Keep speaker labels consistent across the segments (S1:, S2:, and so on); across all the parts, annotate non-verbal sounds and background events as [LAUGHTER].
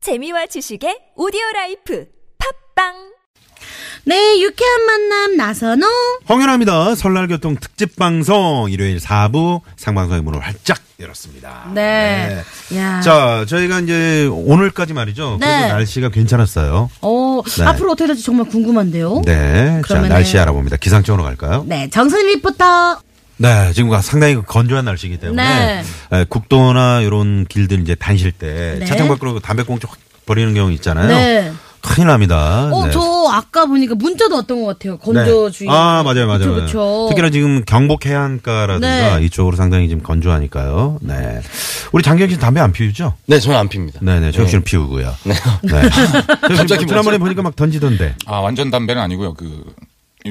S1: 재미와 지식의 오디오 라이프 팝빵
S2: 네, 유쾌한 만남 나선호.
S3: 홍윤아입니다. 설날 교통 특집 방송 일요일 4부 상방송의 문을 활짝 열었습니다.
S2: 네. 야.
S3: 자, 저희가 이제 오늘까지 말이죠.
S2: 네.
S3: 그래도 날씨가 괜찮았어요.
S2: 어,
S3: 네.
S2: 앞으로 어떻게 될지 정말 궁금한데요.
S3: 네. 자,
S2: 어? 그러면은-
S3: 날씨 알아봅니다. 기상청으로 갈까요?
S2: 네, 정선 리포터.
S3: 네, 지금 상당히 건조한 날씨이기 때문에 에, 국도나 이런 길들 이제 다니실 때
S2: 네.
S3: 차창 밖으로 담배꽁초 확 버리는 경우 있잖아요.
S2: 네.
S3: 큰일 납니다.
S2: 어,
S3: 네.
S2: 저 아까 보니까 문자도 왔던 것 같아요. 건조주의.
S3: 네. 아 맞아요, 맞아요.
S2: 그쵸,
S3: 맞아요.
S2: 그쵸.
S3: 특히나 지금 경북 해안가라든가
S2: 네.
S3: 이쪽으로 상당히 지금 건조하니까요. 네. 우리 장경 씨 담배 안 피우죠?
S4: 네, 저는 안 핍니다.
S3: 네네, 저 역시는 피우고요. 네.
S4: 갑자기
S3: 갑자기 지난번에
S4: 뭐지?
S3: 보니까 막 던지던데.
S5: 아 완전 담배는 아니고요. 그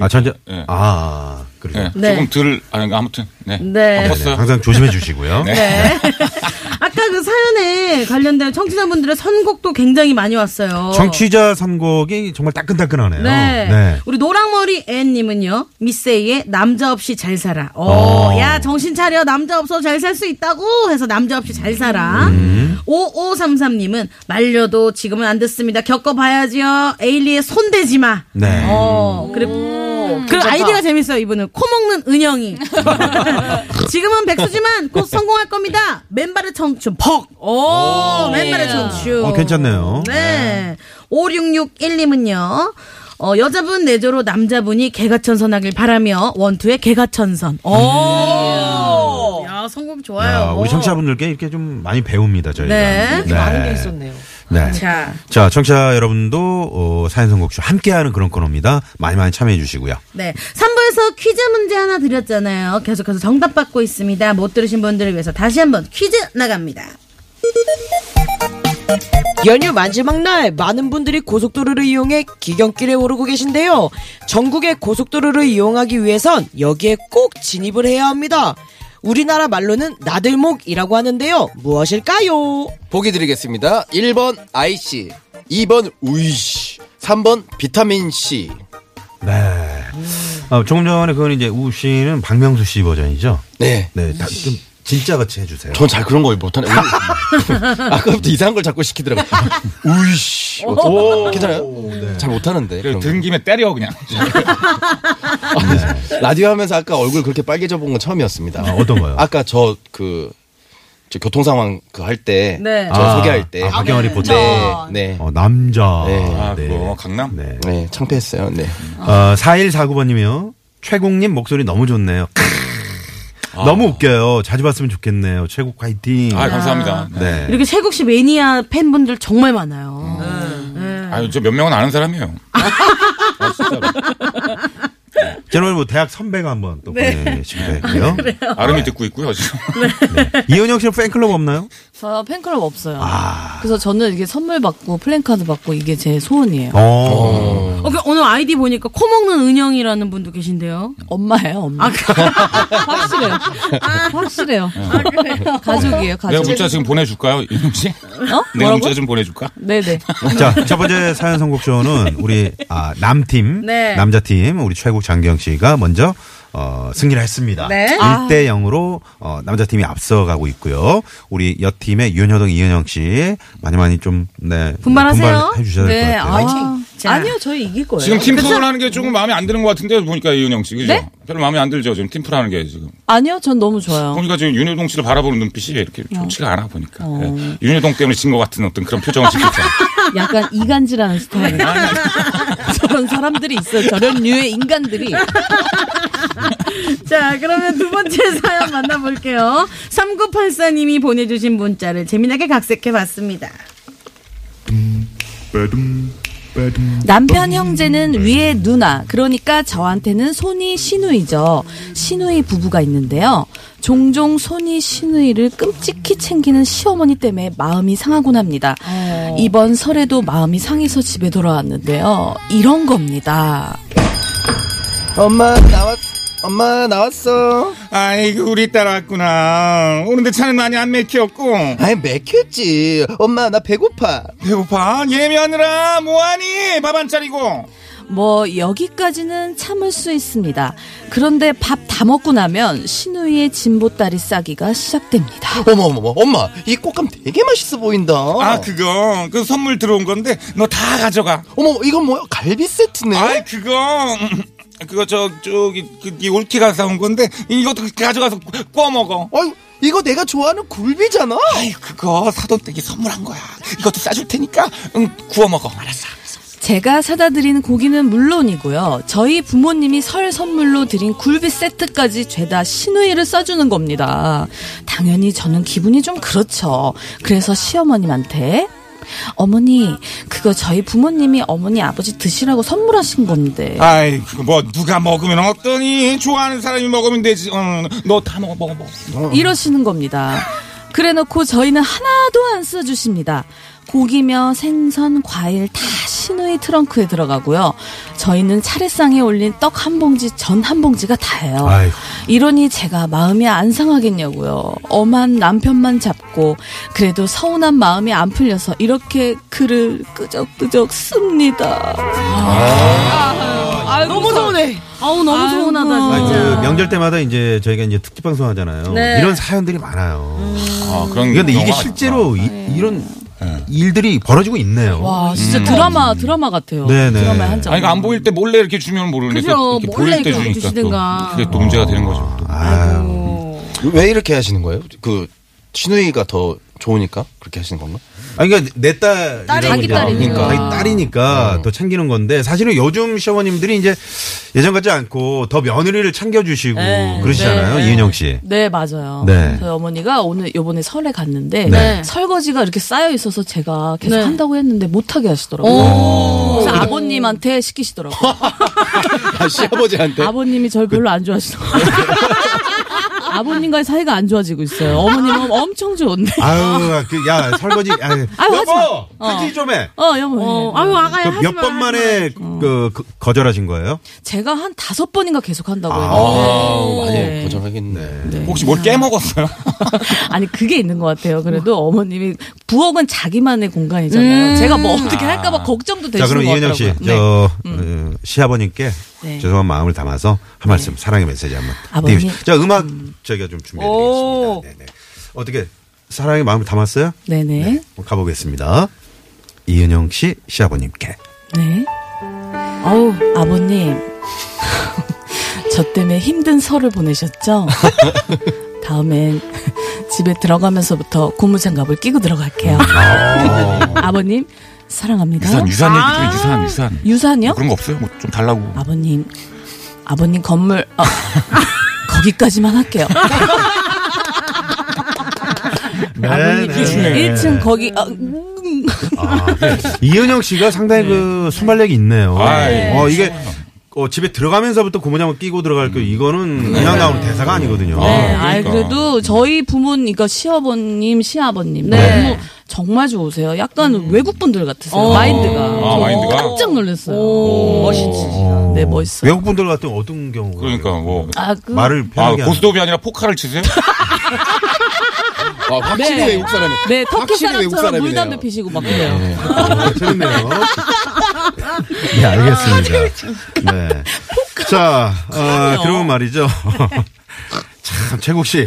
S3: 아 전자.
S5: 예.
S3: 아 그래요.
S5: 예,
S2: 네.
S5: 조금 덜 아니, 아무튼 네.
S2: 네.
S3: 네, 네.
S5: 바꿨어요.
S3: 항상 조심해 주시고요.
S2: 네. [LAUGHS] 아까 그 사연에 관련된 청취자분들의 선곡도 굉장히 많이 왔어요.
S3: 정취자 선곡이 정말 따끈따끈하네요.
S2: 네. 우리 노랑머리 앤님은요, 미세이의 남자 없이 잘 살아. 어,
S3: 어.
S2: 야, 정신 차려. 남자 없어 잘 살 수 있다고 해서 남자 없이 잘 살아.
S3: 음.
S2: 5533님은 말려도 지금은 안 듣습니다. 겪어봐야지요. 에일리의 손대지 마.
S3: 네.
S2: 어, 그리고. 그 아이디가 재밌어요, 이분은. 코 먹는 은영이. 지금은 백수지만 곧 성공할 겁니다. 맨발의 청춘, 퍽! 오, 맨발의 청춘.
S3: 어, 괜찮네요.
S2: 네. 5661님은요. 어, 여자분 내조로 남자분이 개가천선하길 바라며 원투의 개가천선.
S6: 음.
S2: 오. 야, 성공 좋아요. 어.
S3: 야, 네, 우리 청취자분들께 이렇게 좀 많이 배웁니다 저희가.
S2: 네. 이렇게
S3: 많은 게 있었네요. 네.
S2: 자,
S3: 자, 청취자 여러분도 어, 사연 선곡쇼 함께하는 그런 코너입니다. 많이 많이 참여해 주시고요.
S2: 네. 3부에서 퀴즈 문제 하나 드렸잖아요. 계속해서 정답 받고 있습니다. 못 들으신 분들을 위해서 다시 한번 퀴즈 나갑니다.
S3: 네.
S7: 연휴 마지막 날 많은 분들이 고속도로를 이용해 귀경길에 오르고 계신데요. 전국의 고속도로를 이용하기 위해선 여기에 꼭 진입을 해야 합니다. 우리나라 말로는 나들목이라고 하는데요. 무엇일까요?
S4: 보기 드리겠습니다. 1번 IC, 2번 우이씨, 3번 비타민C.
S3: 네. 어, 조금 전에 그건 이제 우 씨는 박명수 씨 버전이죠.
S4: 네.
S3: 네. 다, 좀 진짜 같이 해주세요.
S4: 전 잘 그런 걸 못하네. 우이- [LAUGHS] 아까부터 이상한 걸 자꾸 시키더라고요. 우이씨. 괜찮아요? 잘 못하는데.
S5: 그
S4: 그런 거.
S5: 든 김에 때려 그냥.
S3: 아,
S4: 라디오 하면서 아까 얼굴 그렇게 빨개져 본 건 처음이었습니다.
S3: 아, 어떤 거요?
S4: 아까 저 그, 저 교통 상황 그 할 때.
S2: 네.
S4: 저
S3: 아,
S4: 소개할 때.
S3: 아, 박영환 리포터.
S4: 네. 네.
S3: 어, 남자.
S4: 네.
S5: 아, 그거 강남?
S3: 네.
S4: 네. 창피했어요. 네.
S3: 어, 4149번님이요. 최국님 목소리 너무 좋네요. 크. 너무 웃겨요. 자주 봤으면 좋겠네요. 최국 화이팅.
S5: 아 감사합니다. 네.
S3: 네.
S2: 이렇게 세국 씨 매니아 팬분들 정말 많아요.
S3: 어.
S5: 네. 아유 저 몇 명은 아는 사람이에요.
S3: 저는 뭐 대학 선배가 한번 또
S5: 네. 아,
S3: 보내시기도 했고요.
S5: 아름이 듣고 있고요. 지금.
S3: 이은영 씨는 팬클럽 없나요?
S6: 저 팬클럽 없어요.
S5: 아.
S6: 그래서 저는 이렇게 선물 받고 플랜카드 받고 이게 제 소원이에요.
S3: 어.
S2: 어, 그 오늘 아이디 보니까 코 먹는 은영이라는 분도 계신데요. 아,
S6: 엄마예요, 엄마. 확실해요. 아, 확실해요. 아, 가족이에요,
S5: 네. 내가
S6: 가족.
S5: 문자 지금 보내줄까요, 이놈 씨?
S6: 아, 어?
S5: 내가
S6: 뭐라고?
S5: 문자 좀 보내줄까?
S6: 네네.
S3: 자, 첫 번째 사연 선곡쇼는 우리 아, 남팀,
S2: 네.
S3: 남자팀 우리 최국 장경 씨가 먼저 어, 승리를 했습니다.
S2: 네.
S3: 1대 0으로 어, 남자팀이 앞서가고 있고요. 우리 여팀의 윤효동 이은영 씨 많이 많이 좀 네,
S2: [LAUGHS] 분발하세요.
S3: 해 주셔야 될 것
S6: 네,
S3: 같아요.
S6: 아,
S2: 자.
S6: 아니요, 저희 이길 거예요.
S5: 지금 팀플 하는 게 조금 마음에 안 드는 것 같은데 보니까 이은영 씨, 그죠?
S6: 네?
S5: 별로 마음에 안 들죠, 지금 팀플 하는 게 지금.
S6: 아니요, 전 너무 좋아요.
S5: 보니까 지금 윤효동 씨를 바라보는 눈빛이 이렇게
S6: 어.
S5: 좋지가 않아 보니까. 네. 윤효동 때문에 진 것 같은 어떤 그런 표정을
S6: [LAUGHS]
S5: 짓고 있어요.
S6: 약간 이간질하는 스타일. [LAUGHS] 저런 사람들이 있어요. 저런 류의 인간들이.
S2: 자, 그러면 두 번째 [LAUGHS] 사연 만나볼게요. 3984님이 보내주신 문자를 재미나게 각색해 봤습니다.
S6: 남편 형제는 위에 누나, 그러니까 저한테는 손이 시누이죠. 시누이 부부가 있는데요. 종종 손이 시누이를 끔찍히 챙기는 시어머니 때문에 마음이 상하곤 합니다. 이번 설에도 마음이 상해서 집에 돌아왔는데요. 이런 겁니다.
S4: 엄마, 나왔, 엄마, 나왔어.
S5: 아이고 우리 딸 왔구나. 오는데 차는 많이 안 맥혔고.
S4: 아이, 맥혔지. 엄마, 나 배고파.
S5: 배고파? 예매하느라 뭐하니? 밥 안 차리고.
S6: 뭐 여기까지는 참을 수 있습니다. 그런데 밥 다 먹고 나면 신우이의 진보다리 싸기가 시작됩니다.
S4: 어머 어머 어머 엄마 이 꽃감 되게 맛있어 보인다.
S5: 아, 그거. 그 선물 들어온 건데 너 다 가져가.
S4: 어머 이건 뭐야 갈비 세트네.
S5: 아이, 그거. 그거 저 저기 그, 이 올티가 사온 건데 이것도 가져가서 구워 먹어.
S4: 어이, 이거 내가 좋아하는 굴비잖아.
S5: 아이 그거 사돈댁이 선물한 거야. 이것도 싸줄 테니까 응 구워 먹어. 알았어.
S6: 제가 사다 드린 고기는 물론이고요. 저희 부모님이 설 선물로 드린 굴비 세트까지 죄다 신우이를 싸주는 겁니다. 당연히 저는 기분이 좀 그렇죠. 그래서 시어머님한테 어머니 그거 저희 부모님이 어머니 아버지 드시라고 선물하신 건데
S5: 아이 그거 뭐 누가 먹으면 어떠니? 좋아하는 사람이 먹으면 되지. 응, 너다 먹어 먹어 먹어.
S6: 이러시는 겁니다. 그래놓고 저희는 하나도 안 써주십니다. 고기며 생선, 과일 다 신우이 트렁크에 들어가고요. 저희는 차례상에 올린 떡 한 봉지, 전 한 봉지가 다예요.
S3: 아이고.
S6: 이러니 제가 마음이 안 상하겠냐고요. 엄한 남편만 잡고 그래도 서운한 마음이 안 풀려서 이렇게 글을 끄적끄적 씁니다.
S7: 아, 너무 서운해.
S2: 아우 너무
S6: 아이고.
S2: 서운하다
S3: 아니,
S2: 진짜.
S3: 그 명절 때마다 이제 저희가 이제 특집 방송 하잖아요.
S2: 네.
S3: 이런 사연들이 많아요.
S5: 아 그런.
S3: 근데 이게
S5: 경우가
S3: 실제로 이, 런 일들이 벌어지고 있네요.
S6: 와, 진짜 드라마 드라마 같아요.
S3: 네네.
S6: 드라마의 한 장.
S2: 그러니까
S5: 아니, 그안 보일 때 몰래 이렇게 주면 모르는데.
S2: 그죠.
S5: 또 이렇게
S2: 몰래
S5: 보일 때
S2: 이렇게
S5: 주니까.
S2: 주시든가.
S5: 또 그게 또 문제가 되는 거죠. 또.
S3: 아유.
S4: 왜 이렇게 하시는 거예요? 그 신우이가 더 좋으니까 그렇게 하시는 건가?
S3: 아니, 그러니까 내 딸,
S6: 자기 딸이니까.
S3: 자기 딸이니까 더 챙기는 건데 사실은 요즘 시어머님들이 이제 예전 같지 않고 더 며느리를 챙겨주시고 그러시잖아요. 이은영 씨.
S6: 네 맞아요.
S3: 네.
S6: 저희 어머니가 오늘 요번에 설에 갔는데
S3: 네.
S6: 설거지가 이렇게 쌓여 있어서 제가 계속
S2: 네.
S6: 한다고 했는데 못하게 하시더라고요.
S2: 오.
S6: 그래서 아버님한테
S3: 네.
S6: 시키시더라고요.
S4: [LAUGHS] 아,
S3: 그
S4: 시아버지한테.
S6: 아버님이 저를 별로
S3: [LAUGHS]
S6: 안 좋아하시더라고요. 아버님과의 사이가 안 좋아지고 있어요. 어머님은 엄청 좋은데.
S3: 아유, 그, 야, 설거지. 아유,
S6: 네. 아유, 하지 마.
S3: 여보! 설거지 좀 해! 그
S6: 어 여보.
S2: 어, 아유 아가야 하지
S3: 몇
S2: 마,
S3: 번
S2: 하지
S3: 만에
S6: 어.
S3: 그, 그- 거절하신 거예요?
S6: 제가 한 다섯 번인가 계속 한다고
S3: 아.
S4: 아,
S6: 했는데.
S4: 많이
S6: 네.
S4: 거절하겠네.
S5: 혹시 뭘
S2: [LAUGHS]
S5: 깨먹었어요?
S6: 아니 그게 있는 것 같아요. 그래도 어머님이 부엌은 자기만의 공간이잖아요. 제가 뭐 어떻게 할까봐 걱정도
S3: 음.
S6: 되시는
S3: 아. 자, 그럼
S6: 것
S3: 이은영 씨,
S6: 같더라고요. 네.
S3: 저, 어, 시아버님께
S6: 네.
S3: 죄송한 마음을 담아서 한 말씀, 사랑의 메시지 한 번.
S6: 아버님.
S3: 드리고 싶- 자, 음악 저희가 좀 준비해드리겠습니다. 네네. 어떻게, 사랑의 마음을 담았어요?
S6: 네네.
S3: 가보겠습니다. 이은영 씨, 시아버님께.
S6: 네. 어우, 아버님. [LAUGHS] 저 때문에 힘든 설을 보내셨죠? [LAUGHS] 다음엔 집에 들어가면서부터 고무장갑을 끼고 들어갈게요. [LAUGHS] 아버님, 사랑합니다.
S5: 아. 유산, 유산 얘기
S2: 아.
S5: 좀 해, 유산, 유산.
S6: 유산이요?
S5: 그런 거 없어요? 뭐 좀 달라고.
S6: 아버님, 아버님 건물, 어, [LAUGHS] 거기까지만 할게요.
S5: 아,
S3: 네,
S6: 아버님,
S3: 네.
S5: 예.
S6: 1층 거기, 어, 음.
S3: 아, 이은영 씨가 상당히 그 순발력이 있네요.
S5: 아이,
S3: 어, 이게 어, 집에 들어가면서부터 고무장을 끼고 들어갈 거 이거는 그냥 나오는 대사가 아니거든요.
S6: 네,
S5: 아,
S6: 아이
S5: 그러니까.
S6: 그래도 저희 부모님, 그러니까 시아버님, 시아버님
S2: 네.
S6: 너무 정말 좋으세요. 약간 외국 분들 같으세요. 마인드가.
S5: 아, 마인드가?
S6: 깜짝 놀랐어요. 멋있지.
S3: 어.
S6: 네, 멋있어요.
S3: 외국분들 같은 경우 어떤 경우가
S5: 그러니까
S3: 그래요?
S5: 뭐.
S6: 아, 그
S3: 말을
S5: 아,
S3: 편하게
S5: 고스톱이 아니라 포카를 치세요? [LAUGHS]
S4: 아, 확실히
S6: 네.
S4: 외국 사람이.
S6: 네, 터키
S4: 확실히 외국
S6: 사람처럼
S4: 사람이네요.
S6: 물담배 피시고 막 그래요.
S3: 하는 거예요. 어, 재밌네요. 네, 알겠습니다. 네. 자, 아, 그러면 말이죠. [LAUGHS] 참, 최국 씨.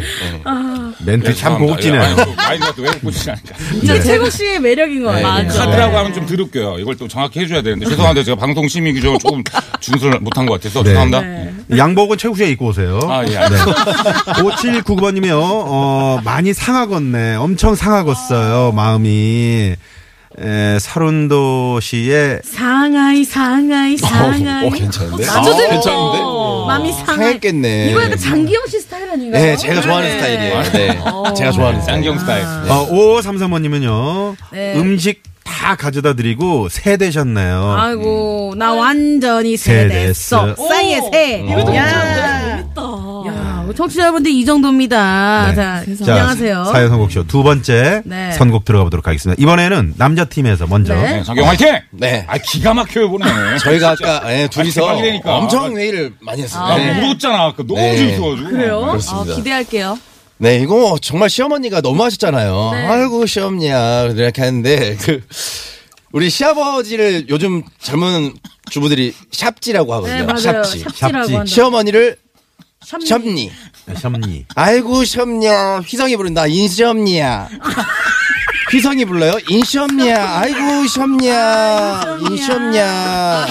S3: 멘트 참 고급지네요.
S5: 예, 마인드가 또 외국 분이라니까.
S2: 진짜 최국 씨의 매력인 것 같아요.
S6: 맞아.
S5: 카드라고 하면 좀 드럽게요. 이걸 또 정확히 해줘야 되는데. 죄송한데 제가 방송 심의
S2: [LAUGHS]
S5: 규정을 조금 준수를 못한 것 같아서.
S3: 네.
S5: 죄송합니다.
S3: 양복은 최국 씨가 입고 오세요.
S5: 아, 예, 알겠습니다.
S3: 5799번님이요, 어, 많이 상하겄네. 엄청 상하겄어요, 마음이. 예, 에, 사룬도 씨의
S2: 상하이 상하이 상하이.
S4: 어, 괜찮은데?
S2: 어, 맞아, 들어.
S4: 괜찮은데?
S2: 마음이 상하이.
S4: 상했겠네.
S2: 이거 약간 장기영 씨 스타일 아닌가요?
S4: 네, 제가 좋아하는 스타일이에요. 네. 제가 좋아하는 스타일.
S5: 쌍경 스타일.
S3: 어, 5533번님은요,
S2: 네.
S3: 음식 다 가져다 드리고, 새 되셨네요.
S2: 아이고
S4: 음.
S2: 나 완전히 세대했어.
S3: 세대했어.
S2: 싸이의 새. 이것도 야. 야, 우리 청취자 여러분들 이 정도입니다.
S3: 네.
S2: 아, 자,
S3: 자,
S2: 안녕하세요.
S3: 사연 선곡쇼 두 번째
S2: 네.
S3: 선곡 들어가 보도록 하겠습니다. 이번에는 남자팀에서 먼저.
S2: 네.
S5: 네, 장경 화이팅!
S4: 네.
S5: 아, 기가 막혀요, 보네.
S4: 저희가 아까 예, 둘이서
S5: 대박이라니까. 아,
S4: 엄청 회의를 많이 했어요.
S5: 나
S4: 네.
S5: 울었잖아. 아까 너무
S4: 네.
S5: 재밌어가지고.
S2: 그래요?
S6: 어,
S4: 그렇습니다.
S6: 기대할게요.
S4: 네, 이거 정말 시어머니가 너무 하셨잖아요. 아이고, 시어머니야. 이렇게 하는데, 그, 우리 시아버지를 요즘 젊은 주부들이 샵지라고 하거든요.
S2: 네, 맞아요.
S4: 샵지.
S2: 샵지라고 한다.
S4: 시어머니를
S2: 샵니.
S4: 샵니.
S3: 아, 샴니.
S4: 아이고 샵냐. 휘성이 부른다. 인시엄니야. 휘성이 불러요. 인시엄니야. 아이고 샵냐. 인시엄냐.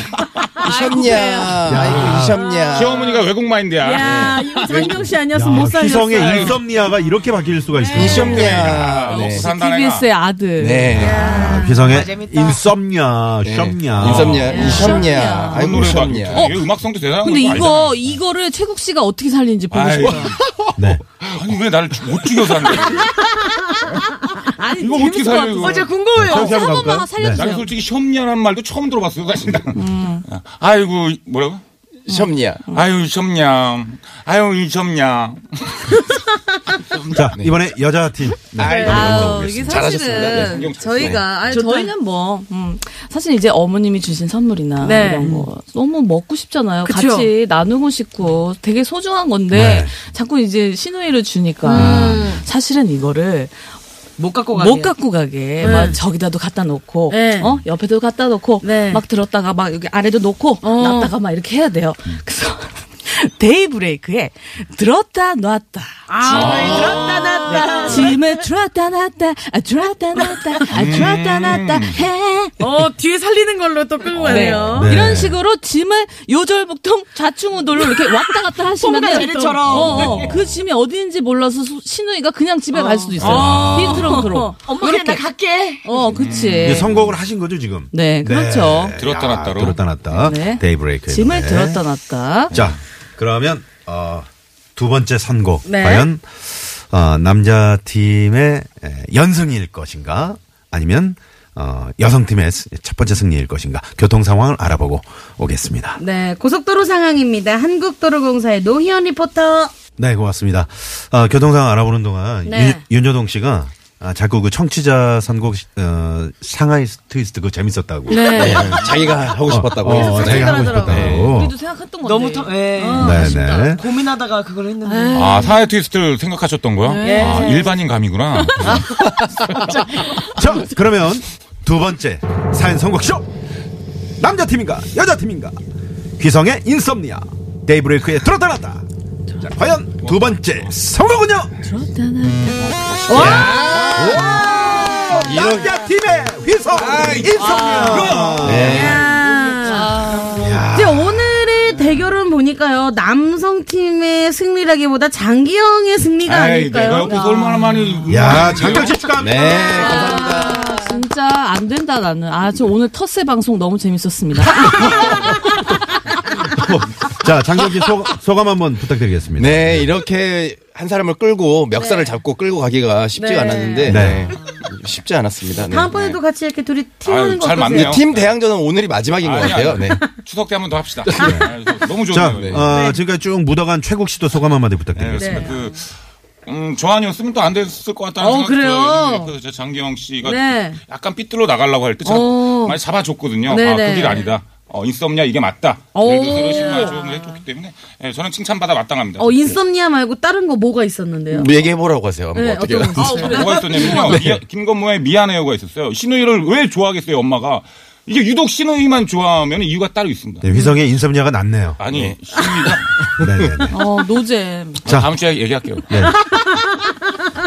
S4: 인시엄냐. 아이고 인시엄냐.
S5: 시어머니가 아. 외국 마인드야.
S2: 야, 이거 장경 씨 아니었으면 못 네.
S3: 야,
S2: 살렸어.
S3: 휘성의
S6: 네.
S3: 인썸니아가 이렇게 바뀔 수가 있어요.
S4: 인시엄냐.
S5: 먹고
S4: 네.
S5: 산다, 내가.
S6: TBS의 아들.
S4: 네.
S3: 아, 휘성의 네. 인썸니아, 샴니아.
S4: 인섭냐. 인시엄냐.
S5: 그런
S4: 아이고
S5: 노래도 아니-
S4: 인시엄냐.
S5: 이게 음악성도 대단한
S6: 근데
S5: 거
S6: 이거 이거를 최국 씨가 어떻게 살리는지 보고
S5: 아이.
S6: 싶어요.
S3: 네.
S5: [LAUGHS] 알잖아. 아니 왜 나를 못 죽여서 한대?
S2: 아니,
S5: 이거 어떻게 살려 이거?
S3: 저렇게 한번
S6: 한 번만
S3: 가볼까요? 네.
S5: 나는
S6: 살려주세요.
S5: 솔직히 섭냐라는 말도 처음 들어봤어요, 사실 나. 아이고 뭐라고?
S4: 인시엄냐.
S5: 아유 섭냐. 아유 이 섭냐.
S4: 네.
S3: 자, 이번에 여자 팀. 네.
S6: 아우, 이게
S4: 잘하셨습니다. 네,
S6: 사실은
S4: 신경 쓰-
S6: 저희가 아니,
S2: 좋다.
S6: 저희는 뭐 음, 사실 이제 어머님이 주신 선물이나
S2: 네.
S6: 이런 거 너무 먹고 싶잖아요.
S2: 그쵸.
S6: 같이 나누고 싶고 되게 소중한 건데
S3: 네.
S6: 자꾸 이제 신우이를 주니까
S2: 음.
S6: 사실은 이거를
S7: 못 갖고
S6: 못 갖고 가게 막 저기다도 갖다 놓고
S2: 네.
S6: 어 옆에도 갖다 놓고
S2: 네.
S6: 막 들었다가 막 여기 아래도 놓고
S2: 어.
S6: 놨다가 막 이렇게 해야 돼요. 그래서 [LAUGHS] 데이 브레이크에 들었다 놨다.
S2: 아, 들었다 놨다.
S6: 짐을 들었다 놨다, 아, 들었다 놨다, 아, 들었다 놨다 해.
S2: 어, 뒤에 살리는 걸로 또 끌고 가네요.
S3: 네.
S6: 어, 이런 식으로 짐을 요절복통 좌충우돌로 이렇게 왔다 갔다 하시는데
S2: 뽕다 제리처럼.
S6: 어, 어. 그 짐이 어디인지 몰라서 수- 신우이가 그냥 집에 갈 수도 있어요.
S2: 어.
S6: 빈 트렁크로.
S2: [LAUGHS] 엄마 그래, 나 갈게.
S6: 어, 그치.
S3: 음. 이제 성공을 하신 거죠, 지금?
S6: 네, 그렇죠.
S5: 들었다
S3: 야,
S5: 놨다로.
S3: 들었다 놨다.
S6: 네.
S3: 아, 데이브레이크.
S6: 짐을 들었다 놨다.
S3: 자, 그러면, 어, 두 번째 선곡.
S2: 네.
S3: 과연, 어, 남자 팀의 에, 연승일 것인가? 아니면, 어, 여성팀의 스- 첫 번째 승리일 것인가? 교통 상황을 알아보고 오겠습니다.
S2: 네, 고속도로 상황입니다. 한국도로공사의 노희연 리포터.
S3: 네, 고맙습니다. 어, 교통 상황 알아보는 동안
S2: 네.
S3: 윤, 윤여동 씨가 아, 자꾸 그 청취자 선곡 시- 어, 상하이 트위스트 그거 재밌었다고.
S2: 네.
S4: 자기가 하고 싶었다고.
S3: 어, 어,
S4: 네.
S3: 자기가 하고 싶었다고.
S6: 우리도 생각했던 건데.
S7: 너무 터, 예.
S3: 네, 네.
S7: 고민하다가 그걸 했는데.
S5: 아 사회 트위스트를 생각하셨던 거야? 아, 일반인 감이구나.
S3: 자, 그러면 두 번째 사연 선곡쇼! 남자 팀인가, 여자 팀인가? 귀성의 인썸니아, 데이브레이크에 들었다 놨다. 자, 과연 두 번째 선곡은요? 예.
S6: 들었다 놨다.
S3: 남자 팀의 휘성 인썸니아. 네.
S2: 아.
S5: 아.
S2: 이제 오늘의 대결은 보니까요, 남성팀의 승리라기보다 장기영의 승리가
S5: 아이, 내가
S2: 아닐까요?
S5: 옆에서 얼마나 많이.
S3: 야, 장경식 축하합니다.
S4: 네, 감사합니다.
S6: 아, 진짜 안 된다 나는. 아 저 오늘 텃세 방송 너무 재밌었습니다.
S3: [LAUGHS] 자, 장경식 소, 소감 한번 부탁드리겠습니다.
S4: 네, 이렇게 한 사람을 끌고 멱살을 잡고 끌고 가기가 쉽지가
S2: 네.
S4: 않았는데
S3: 네.
S4: 네. 쉽지 않았습니다. 네.
S2: 다음번에도 같이 이렇게 둘이 팀하는
S5: 아유,
S2: 거
S5: 잘
S2: 어떠세요?
S5: 맞네요.
S4: 근데 팀 대항전은 오늘이 마지막인 것
S5: 아니,
S4: 같아요.
S5: 아니.
S4: 네.
S5: 추석 때 한 번 더 합시다. 아, 너무
S3: 자,
S5: 좋네요. 이거.
S3: 어, 지금까지 쭉 묻어간 최국 씨도 소감 한마디
S5: 네,
S3: 부탁드리겠습니다.
S5: 그렇습니다. 그, 음, 저 아니었으면 또 안 됐을 것 같다는
S2: 어,
S5: 생각이
S2: 그래요?
S5: 들어요. 그래서 저 장기영 씨가
S2: 네.
S5: 약간 삐뚤어 나가려고 할 때
S2: 어.
S5: 많이 잡아줬거든요.
S2: 네,
S5: 아,
S2: 네.
S5: 그길 아니다. 어, 인썸냐 이게 맞다.
S2: 오.
S5: 예를 들어서 이런 식으로 조언을 해줬기 때문에 예, 저는 칭찬받아 마땅합니다.
S2: 어, 인썸니아 말고 다른 거 뭐가 있었는데요?
S4: 얘기해보라고 하세요. 한번
S2: 네,
S4: 어떻게.
S2: 어떤 거
S5: 아, 뭐가 있었냐면요. 미안- 김건모의 미안해요가 있었어요. 신우이를 왜 좋아하겠어요, 엄마가. 이게 유독 신우이만 좋아하면 이유가 따로 있습니다.
S3: 네, 휘성의 인썸니아가 낫네요.
S5: 아니, 신우이가.
S3: 네네네.
S5: [LAUGHS]
S6: 어 노잼.
S3: 자.
S5: 다음 주에 얘기할게요.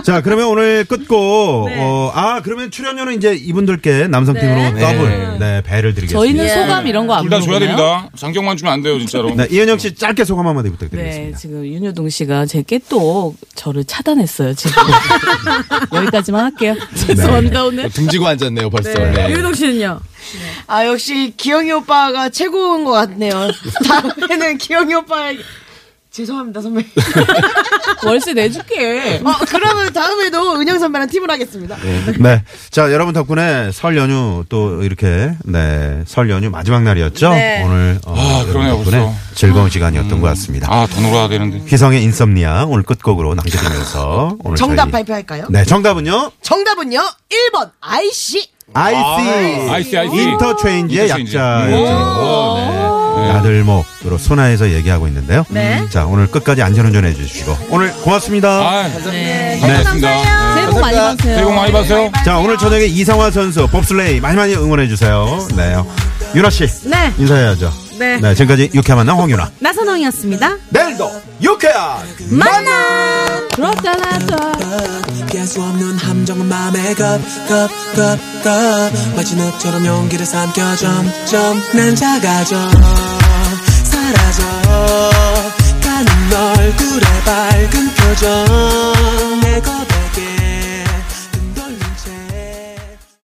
S3: 자, 그러면 오늘 끝고,
S6: 네.
S3: 어, 아, 그러면 출연료는 이제 이분들께 남성팀으로 더블, 네, 배를 드리겠습니다.
S6: 저희는
S2: 예.
S6: 소감 이런 거 안
S5: 둘 다 줘야
S6: 물어보나요?
S5: 됩니다. 장경만 주면 안 돼요, 진짜로.
S3: 네, 이현영 씨 짧게 소감 한마디
S6: 네,
S3: 부탁드리겠습니다.
S6: 지금 윤효동 씨가 제 깨똑 저를 차단했어요, 지금. [LAUGHS] 여기까지만 할게요.
S3: 네.
S6: 죄송합니다, 오늘.
S4: 뭐 등지고 앉았네요, 벌써. 네.
S2: 유동 씨는요?
S7: 아, 역시 기영이 오빠가 최고인 것 [LAUGHS] 같네요. 다음에는 기영이 오빠에게. 죄송합니다, 선배.
S6: 월세 내줄게.
S7: 어, 그러면 다음에도 은영 선배랑 팀을 하겠습니다.
S3: 네. 자, 여러분 덕분에 설 연휴 또 이렇게, 네, 설 연휴 마지막 날이었죠?
S6: 네.
S3: 오늘, 어,
S5: 아,
S3: 여러분
S5: 그러네요,
S3: 덕분에
S5: 벌써.
S3: 즐거운 시간이었던 것 같습니다.
S5: 아, 더 놀아야 되는데.
S3: 휘성의 인썸니아 오늘 끝곡으로
S7: [LAUGHS]
S3: 남겨드리면서 오늘
S7: 정답
S3: 저희-
S7: 발표할까요?
S3: 네, 정답은요?
S7: 정답은요, 1번, 아이씨.
S3: IC.
S5: 아이씨, 아이씨.
S3: 인터체인지의
S5: 인터체인지.
S3: 예. 약자였죠. 네. 나들목으로 소나에서 얘기하고 있는데요.
S7: 네.
S3: 자, 오늘 끝까지 안전운전 해주시고. 오늘 고맙습니다.
S5: 아, 감사합니다.
S6: 새해 복 많이 받으세요.
S3: 아.
S5: 새해 복 많이 받으세요.
S3: 자, 오늘 저녁에 이상화 선수, 법슬레이 많이 많이 응원해주세요. 네. 윤아 씨.
S2: 네.
S3: 인사해야죠.
S2: 네.
S3: 네. 지금까지 유쾌한 만남 홍윤아.
S2: 나선홍이었습니다.
S5: 음.
S3: 내일도 유쾌한
S2: 만나!
S6: 그렇잖아, 또.
S8: 얘기할수 없는 함정은 마음에 급급급급 마치 너처럼 용기를 삼켜 점점 난 작아져 사라져